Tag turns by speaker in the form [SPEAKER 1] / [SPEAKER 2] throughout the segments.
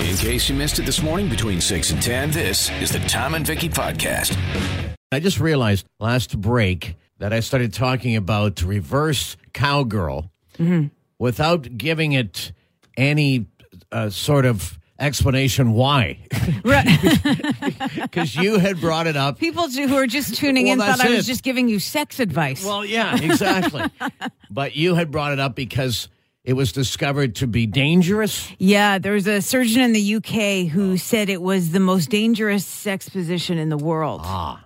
[SPEAKER 1] In case you missed it this morning between 6 and 10, this is the Tom and Vicky Podcast.
[SPEAKER 2] I just realized last break that I started talking about reverse cowgirl
[SPEAKER 3] Mm-hmm.
[SPEAKER 2] without giving it any uh, sort of explanation why. Because you had brought it up.
[SPEAKER 3] People ju- who are just tuning
[SPEAKER 2] Well,
[SPEAKER 3] in thought
[SPEAKER 2] that's
[SPEAKER 3] I was
[SPEAKER 2] it.
[SPEAKER 3] just giving you sex advice.
[SPEAKER 2] Well, yeah, exactly. but you had brought it up because it was discovered to be dangerous.
[SPEAKER 3] yeah, there was a surgeon in the UK who said it was the most dangerous sex position in the world.
[SPEAKER 2] Ah.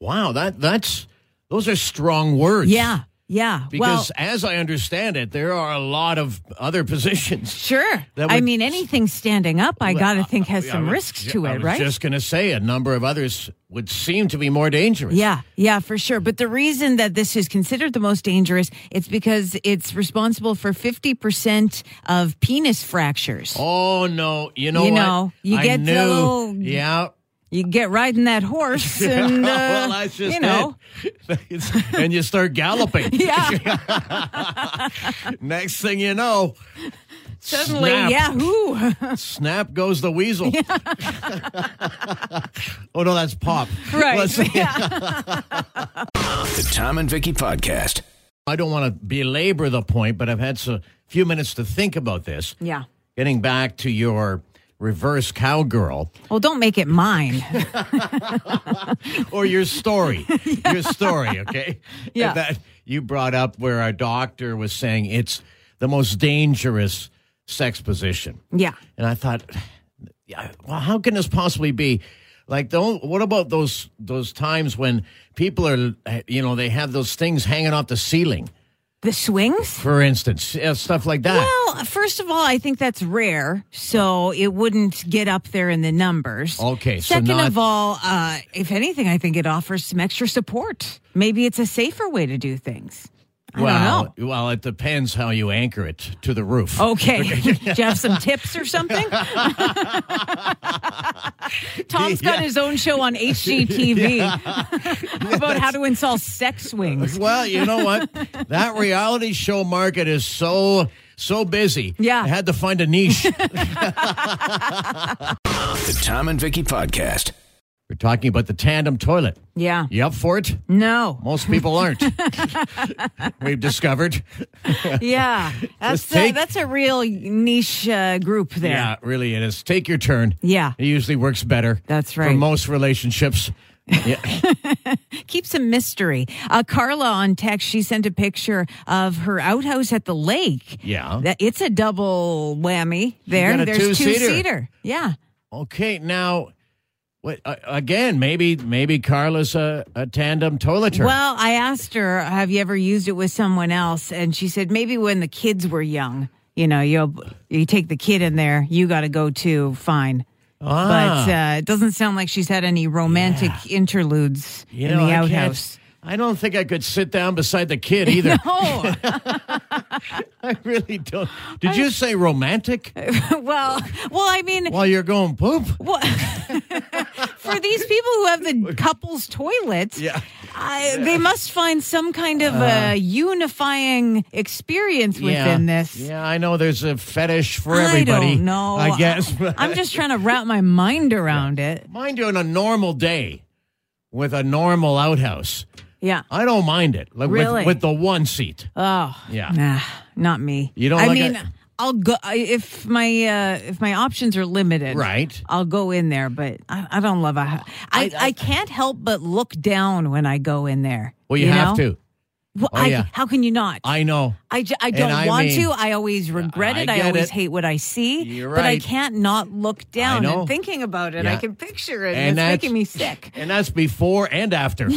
[SPEAKER 2] Wow, that that's those are strong words.
[SPEAKER 3] yeah, yeah. well,
[SPEAKER 2] Because as I understand it, there are a lot of other positions.
[SPEAKER 3] sure.
[SPEAKER 2] that
[SPEAKER 3] I
[SPEAKER 2] would-
[SPEAKER 3] mean, anything standing up, I got to think has
[SPEAKER 2] Yeah, I
[SPEAKER 3] some
[SPEAKER 2] was
[SPEAKER 3] risks
[SPEAKER 2] ju-
[SPEAKER 3] to
[SPEAKER 2] I
[SPEAKER 3] it,
[SPEAKER 2] was
[SPEAKER 3] right?
[SPEAKER 2] Just going to say a number of others would seem to be more dangerous.
[SPEAKER 3] Yeah, yeah, for sure. But the reason that this is considered the most dangerous, it's because it's responsible for 50% of penis fractures.
[SPEAKER 2] Oh no! You know
[SPEAKER 3] You
[SPEAKER 2] what?
[SPEAKER 3] know, you
[SPEAKER 2] I
[SPEAKER 3] get the
[SPEAKER 2] knew.
[SPEAKER 3] little-
[SPEAKER 2] yeah.
[SPEAKER 3] You get riding that horse and, uh,
[SPEAKER 2] well, that's just
[SPEAKER 3] you know.
[SPEAKER 2] it. and you start galloping.
[SPEAKER 3] Yeah.
[SPEAKER 2] Next thing you know,
[SPEAKER 3] Suddenly,
[SPEAKER 2] snap,
[SPEAKER 3] Yahoo!
[SPEAKER 2] snap goes the weasel. oh no, that's pop. Let's-
[SPEAKER 3] right. Yeah.
[SPEAKER 1] The Tom and Vicky Podcast.
[SPEAKER 2] I don't want to belabor the point, but I've had a few minutes to think about this.
[SPEAKER 3] yeah.
[SPEAKER 2] Getting back to your reverse cowgirl.
[SPEAKER 3] Well, don't make it mine.
[SPEAKER 2] or your story. Your story, okay?
[SPEAKER 3] Yeah.
[SPEAKER 2] That you brought up where our doctor was saying it's the most dangerous sex position.
[SPEAKER 3] Yeah.
[SPEAKER 2] And I thought, yeah, well, how can this possibly be? Like, don't, what about those those times when people are, uh, you know, they have those things hanging off the ceiling,
[SPEAKER 3] The swings?
[SPEAKER 2] for instance, yeah, stuff like that.
[SPEAKER 3] Well, first of all, I think that's rare, so it wouldn't get up there in the numbers.
[SPEAKER 2] Okay, so
[SPEAKER 3] Second
[SPEAKER 2] not-
[SPEAKER 3] of all, uh, if anything, I think it offers some extra support. Maybe it's a safer way to do things. I
[SPEAKER 2] well,
[SPEAKER 3] don't
[SPEAKER 2] well, it depends how you anchor it to the roof.
[SPEAKER 3] know. Okay. Do you have some tips or something? Tom's got his own show on HGTV about how to install sex swings.
[SPEAKER 2] Well, you know what? that reality show market is so so busy.
[SPEAKER 3] Yeah.
[SPEAKER 2] I had to find a niche.
[SPEAKER 1] The Tom and Vicky Podcast.
[SPEAKER 2] We're talking about the tandem toilet.
[SPEAKER 3] Yeah.
[SPEAKER 2] You up for it?
[SPEAKER 3] No.
[SPEAKER 2] Most people aren't. We've discovered.
[SPEAKER 3] Yeah, that's
[SPEAKER 2] Just take-
[SPEAKER 3] a, that's a real niche uh, group there.
[SPEAKER 2] Yeah, really it is. Take your turn.
[SPEAKER 3] Yeah.
[SPEAKER 2] It usually works better.
[SPEAKER 3] That's
[SPEAKER 2] For
[SPEAKER 3] right.
[SPEAKER 2] most relationships. Yeah.
[SPEAKER 3] Keep some mystery. Uh, Carla on text, she sent a picture of her outhouse at the lake.
[SPEAKER 2] Yeah.
[SPEAKER 3] That it's a double whammy there.
[SPEAKER 2] got a
[SPEAKER 3] There's
[SPEAKER 2] two-seater.
[SPEAKER 3] Yeah.
[SPEAKER 2] okay, now what uh, again, maybe maybe Carla's a, a tandem toileter.
[SPEAKER 3] Well, I asked her, "Have you ever used it with someone else?" And she said, "Maybe when the kids were young. You know, you you take the kid in there. You got to go too. Fine."
[SPEAKER 2] Ah.
[SPEAKER 3] But uh, it doesn't sound like she's had any romantic interludes
[SPEAKER 2] You
[SPEAKER 3] in
[SPEAKER 2] know,
[SPEAKER 3] the
[SPEAKER 2] I can't-
[SPEAKER 3] outhouse.
[SPEAKER 2] I don't think I could sit down beside the kid either.
[SPEAKER 3] Oh,
[SPEAKER 2] I really don't. Did you say romantic
[SPEAKER 3] well, well, I mean,
[SPEAKER 2] while you're going poop?
[SPEAKER 3] what, for these people who have the couple's toilet,
[SPEAKER 2] Yeah. Uh.
[SPEAKER 3] I, they must find some kind of a unifying experience within this.
[SPEAKER 2] Yeah, I know there's a fetish for
[SPEAKER 3] I
[SPEAKER 2] everybody.
[SPEAKER 3] don't know.
[SPEAKER 2] I guess.
[SPEAKER 3] I'm just trying to wrap my mind around it.
[SPEAKER 2] mind you, on a normal day with a normal outhouse,
[SPEAKER 3] Yeah.
[SPEAKER 2] I don't mind it. Like with-
[SPEAKER 3] Really?
[SPEAKER 2] with, the one seat.
[SPEAKER 3] Oh.
[SPEAKER 2] Yeah.
[SPEAKER 3] Nah, not me.
[SPEAKER 2] You don't
[SPEAKER 3] I
[SPEAKER 2] like
[SPEAKER 3] mean,
[SPEAKER 2] it?
[SPEAKER 3] I'll go I- if my uh, if my options are limited.
[SPEAKER 2] Right.
[SPEAKER 3] I'll go in there, but I, I don't love a. I, I I can't help but look down when I go in there.
[SPEAKER 2] Well, you, have
[SPEAKER 3] know?
[SPEAKER 2] to.
[SPEAKER 3] Well,
[SPEAKER 2] Oh,
[SPEAKER 3] I,
[SPEAKER 2] yeah.
[SPEAKER 3] How can you not?
[SPEAKER 2] I know.
[SPEAKER 3] I, ju- I don't
[SPEAKER 2] I
[SPEAKER 3] want
[SPEAKER 2] mean-
[SPEAKER 3] to. I always regret
[SPEAKER 2] I
[SPEAKER 3] it. I
[SPEAKER 2] get
[SPEAKER 3] always
[SPEAKER 2] it.
[SPEAKER 3] hate what I see.
[SPEAKER 2] You're
[SPEAKER 3] But I
[SPEAKER 2] right.
[SPEAKER 3] can't not look down
[SPEAKER 2] know.
[SPEAKER 3] and thinking about it. I
[SPEAKER 2] Yeah.
[SPEAKER 3] can picture it.
[SPEAKER 2] And
[SPEAKER 3] And it's
[SPEAKER 2] that's-
[SPEAKER 3] making me sick.
[SPEAKER 2] And that's before and after.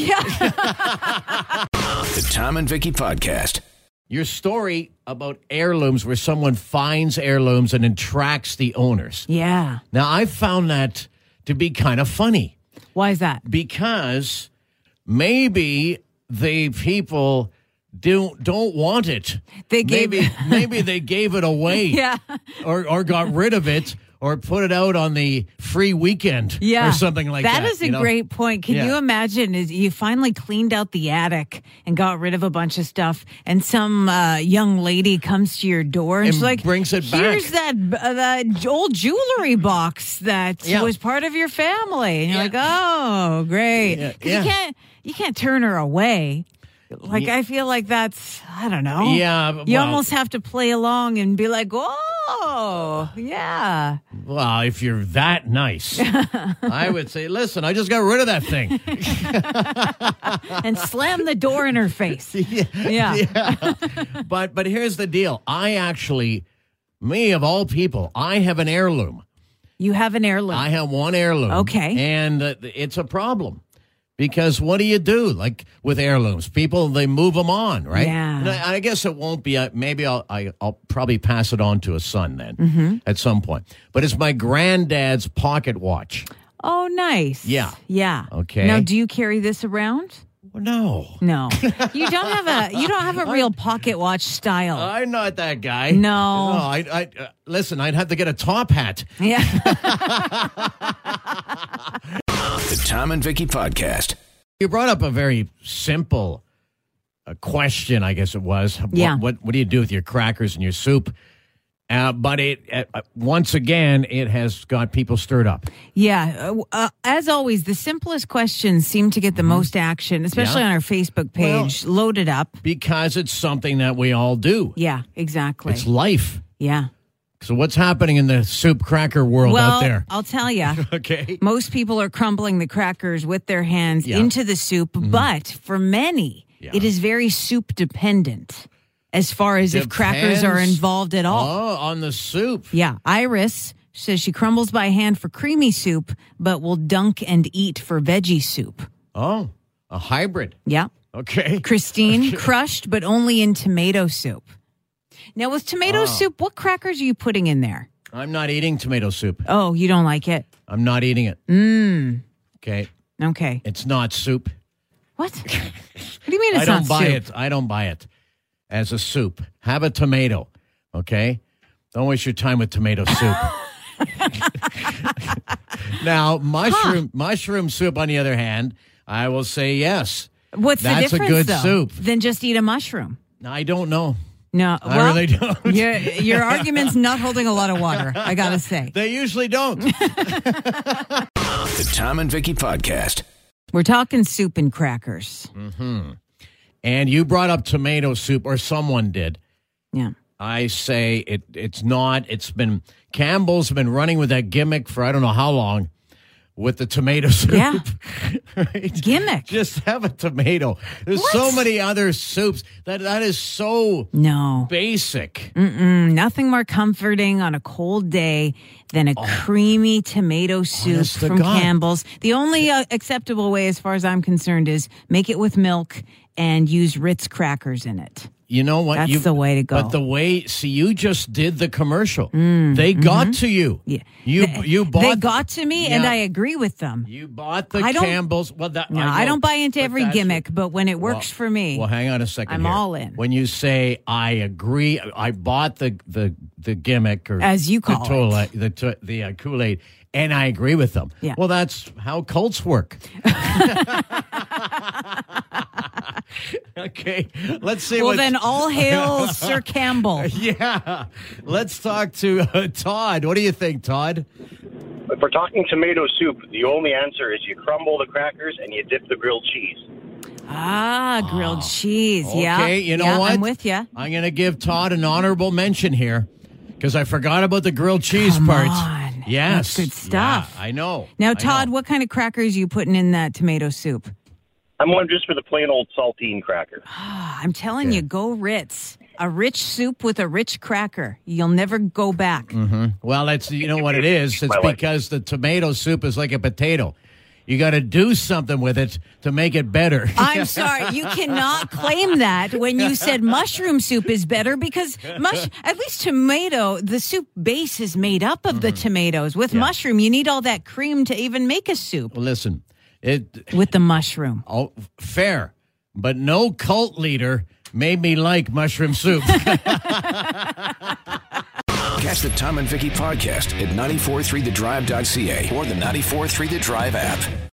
[SPEAKER 1] The Tom and Vicky Podcast.
[SPEAKER 2] Your story about heirlooms where someone finds heirlooms and then tracks the owners.
[SPEAKER 3] Yeah.
[SPEAKER 2] Now, I found that to be kind of funny.
[SPEAKER 3] Why is that?
[SPEAKER 2] because maybe the people don't don't want it.
[SPEAKER 3] They gave-
[SPEAKER 2] maybe maybe they gave it away,
[SPEAKER 3] Yeah.
[SPEAKER 2] or or got rid of it, or put it out on the free weekend
[SPEAKER 3] Yeah.
[SPEAKER 2] or something like that.
[SPEAKER 3] That is a
[SPEAKER 2] you know?
[SPEAKER 3] great point. Can
[SPEAKER 2] Yeah.
[SPEAKER 3] you imagine is you finally cleaned out the attic and got rid of a bunch of stuff and some uh, young lady comes to your door and,
[SPEAKER 2] And
[SPEAKER 3] she's like
[SPEAKER 2] brings it back.
[SPEAKER 3] Here's that uh, that old jewelry box that
[SPEAKER 2] Yeah.
[SPEAKER 3] was part of your family. And you're
[SPEAKER 2] Yeah.
[SPEAKER 3] like, "Oh, great."
[SPEAKER 2] Yeah,
[SPEAKER 3] 'Cause
[SPEAKER 2] yeah.
[SPEAKER 3] You can't you can't turn her away. Like I feel like that's I don't know.
[SPEAKER 2] Yeah,
[SPEAKER 3] You
[SPEAKER 2] well-
[SPEAKER 3] almost have to play along and be like, "Oh, yeah."
[SPEAKER 2] Well, if you're that nice, I would say, listen, I just got rid of that thing.
[SPEAKER 3] and slam the door in her face. Yeah.
[SPEAKER 2] but but here's the deal. I actually, me of all people, I have an heirloom.
[SPEAKER 3] You have an heirloom.
[SPEAKER 2] I have one heirloom.
[SPEAKER 3] Okay.
[SPEAKER 2] And uh, it's a problem because what do you do? Like with heirlooms, people, they move them on, right?
[SPEAKER 3] Yeah.
[SPEAKER 2] And I, I guess it won't be, uh, maybe I'll, I, I'll probably pass it on to a son then
[SPEAKER 3] Mm-hmm.
[SPEAKER 2] at some point. But it's my granddad's pocket watch.
[SPEAKER 3] oh, nice.
[SPEAKER 2] Yeah.
[SPEAKER 3] Yeah.
[SPEAKER 2] Okay.
[SPEAKER 3] Now, do you carry this around?
[SPEAKER 2] No.
[SPEAKER 3] No. you don't have a you don't have a real pocket watch style.
[SPEAKER 2] I'm not that guy.
[SPEAKER 3] No.
[SPEAKER 2] I, I uh, listen. I'd have to get a top hat.
[SPEAKER 3] yeah.
[SPEAKER 1] The Tom and Vicky Podcast.
[SPEAKER 2] You brought up a very simple uh, question, I guess it was. What-
[SPEAKER 3] Yeah.
[SPEAKER 2] What, what do you do with your crackers and your soup? Uh, but it uh, once again, it has got people stirred up.
[SPEAKER 3] Yeah. Uh, uh, as always, the simplest questions seem to get the most action,
[SPEAKER 2] Mm-hmm.
[SPEAKER 3] especially
[SPEAKER 2] Yeah.
[SPEAKER 3] on our Facebook page. Load it up.
[SPEAKER 2] because it's something that we all do.
[SPEAKER 3] Yeah, exactly.
[SPEAKER 2] It's life.
[SPEAKER 3] yeah.
[SPEAKER 2] So what's happening in the soup cracker world
[SPEAKER 3] Well, uh,
[SPEAKER 2] out there?
[SPEAKER 3] I'll tell you.
[SPEAKER 2] Okay.
[SPEAKER 3] Most people are crumbling the crackers with their hands
[SPEAKER 2] Yeah. Mm-hmm.
[SPEAKER 3] into the soup, but for many,
[SPEAKER 2] Yeah.
[SPEAKER 3] it is very soup dependent as far as if crackers are
[SPEAKER 2] Depends.
[SPEAKER 3] involved at all.
[SPEAKER 2] Oh, on the soup.
[SPEAKER 3] Yeah. Iris says she crumbles by hand for creamy soup, but will dunk and eat for veggie soup.
[SPEAKER 2] Oh, a hybrid.
[SPEAKER 3] Yeah.
[SPEAKER 2] Okay.
[SPEAKER 3] Christine, crushed, but only in tomato soup. Now, with tomato
[SPEAKER 2] Oh.
[SPEAKER 3] soup, what crackers are you putting in there?
[SPEAKER 2] I'm not eating tomato soup.
[SPEAKER 3] Oh, you don't like it?
[SPEAKER 2] I'm not eating it. Mm. Okay.
[SPEAKER 3] Okay.
[SPEAKER 2] It's not soup.
[SPEAKER 3] What? what do you mean it's
[SPEAKER 2] I don't
[SPEAKER 3] not
[SPEAKER 2] buy
[SPEAKER 3] soup?
[SPEAKER 2] it. I don't buy it as a soup. Have a tomato. Okay. Don't waste your time with tomato soup. now, mushroom mushroom soup on the other hand, I will say yes.
[SPEAKER 3] What's the
[SPEAKER 2] That's a
[SPEAKER 3] difference?
[SPEAKER 2] good
[SPEAKER 3] though?
[SPEAKER 2] soup.
[SPEAKER 3] Then just eat a mushroom.
[SPEAKER 2] I don't know.
[SPEAKER 3] No,
[SPEAKER 2] I
[SPEAKER 3] well,
[SPEAKER 2] really don't.
[SPEAKER 3] Your, your argument's not holding a lot of water. I gotta say,
[SPEAKER 2] They usually don't.
[SPEAKER 1] The Tom and Vicky Podcast.
[SPEAKER 3] we're talking soup and crackers.
[SPEAKER 2] and you brought up tomato soup or someone did.
[SPEAKER 3] Yeah,
[SPEAKER 2] I say it it's not. It's been Campbell's been running with that gimmick for I don't know how long with the tomato soup.
[SPEAKER 3] Yeah.
[SPEAKER 2] right?
[SPEAKER 3] gimmick.
[SPEAKER 2] Just have a tomato. There's so
[SPEAKER 3] What?
[SPEAKER 2] many other soups that that is so
[SPEAKER 3] no,
[SPEAKER 2] basic.
[SPEAKER 3] Mm. nothing more comforting on a cold day than a creamy tomato soup
[SPEAKER 2] Oh. Honest to
[SPEAKER 3] from
[SPEAKER 2] God.
[SPEAKER 3] Campbell's. The only uh, acceptable way, as far as I'm concerned, is make it with milk and use Ritz crackers in it.
[SPEAKER 2] You know what?
[SPEAKER 3] That's
[SPEAKER 2] you,
[SPEAKER 3] the way to go. Mm.
[SPEAKER 2] But the way, see, you just did the commercial. they got to you.
[SPEAKER 3] Mm-hmm. Yeah.
[SPEAKER 2] You you bought
[SPEAKER 3] they got to me, and
[SPEAKER 2] Yeah.
[SPEAKER 3] I agree with them.
[SPEAKER 2] you bought the
[SPEAKER 3] I don't-
[SPEAKER 2] Campbell's. Well, that,
[SPEAKER 3] No, I,
[SPEAKER 2] know,
[SPEAKER 3] don't buy into
[SPEAKER 2] but
[SPEAKER 3] every
[SPEAKER 2] that's-
[SPEAKER 3] gimmick, but when it works for me,
[SPEAKER 2] Well, hang on a second.
[SPEAKER 3] I'm
[SPEAKER 2] here.
[SPEAKER 3] all in.
[SPEAKER 2] When you say I agree, I bought the the the gimmick or
[SPEAKER 3] As you
[SPEAKER 2] the
[SPEAKER 3] call it.
[SPEAKER 2] Tola- the to- the uh, Kool Aid, and I agree with them.
[SPEAKER 3] Yeah.
[SPEAKER 2] Well, that's how cults work. okay, let's see.
[SPEAKER 3] well,
[SPEAKER 2] what,
[SPEAKER 3] then all hail Sir Campbell.
[SPEAKER 2] yeah, let's talk to uh, Todd. What do you think, Todd?
[SPEAKER 4] If we're talking tomato soup, the only answer is you crumble the crackers and you dip the grilled cheese.
[SPEAKER 3] Ah, grilled cheese. Yeah.
[SPEAKER 2] Okay, you know
[SPEAKER 3] yeah,
[SPEAKER 2] what?
[SPEAKER 3] I'm with you.
[SPEAKER 2] I'm going to give Todd an honorable mention here because I forgot about the grilled cheese
[SPEAKER 3] Come
[SPEAKER 2] part.
[SPEAKER 3] on.
[SPEAKER 2] Yes.
[SPEAKER 3] That's good stuff.
[SPEAKER 2] Yeah, I know.
[SPEAKER 3] Now,
[SPEAKER 2] I
[SPEAKER 3] Todd,
[SPEAKER 2] know.
[SPEAKER 3] what kind of crackers you putting in that tomato soup?
[SPEAKER 4] I'm one just for the plain old saltine cracker.
[SPEAKER 3] Ah, I'm telling you, go Ritz. A rich soup with a rich cracker. You'll never go back.
[SPEAKER 2] Mm-hmm. Well, that's you know what it is. It's
[SPEAKER 4] My wife.
[SPEAKER 2] because the tomato soup is like a potato. You got to do something with it to make it better.
[SPEAKER 3] I'm sorry, you cannot claim that when you said mushroom soup is better because mush at least tomato, the soup base is made up of
[SPEAKER 2] Mm-hmm.
[SPEAKER 3] the tomatoes. With mushroom, you need all that cream to even make a soup
[SPEAKER 2] Listen, it
[SPEAKER 3] with the mushroom.
[SPEAKER 2] all fair, but no cult leader made me like mushroom soup.
[SPEAKER 1] Catch the Tom and Vicky podcast at 943thedrive.ca or the 943 The Drive app.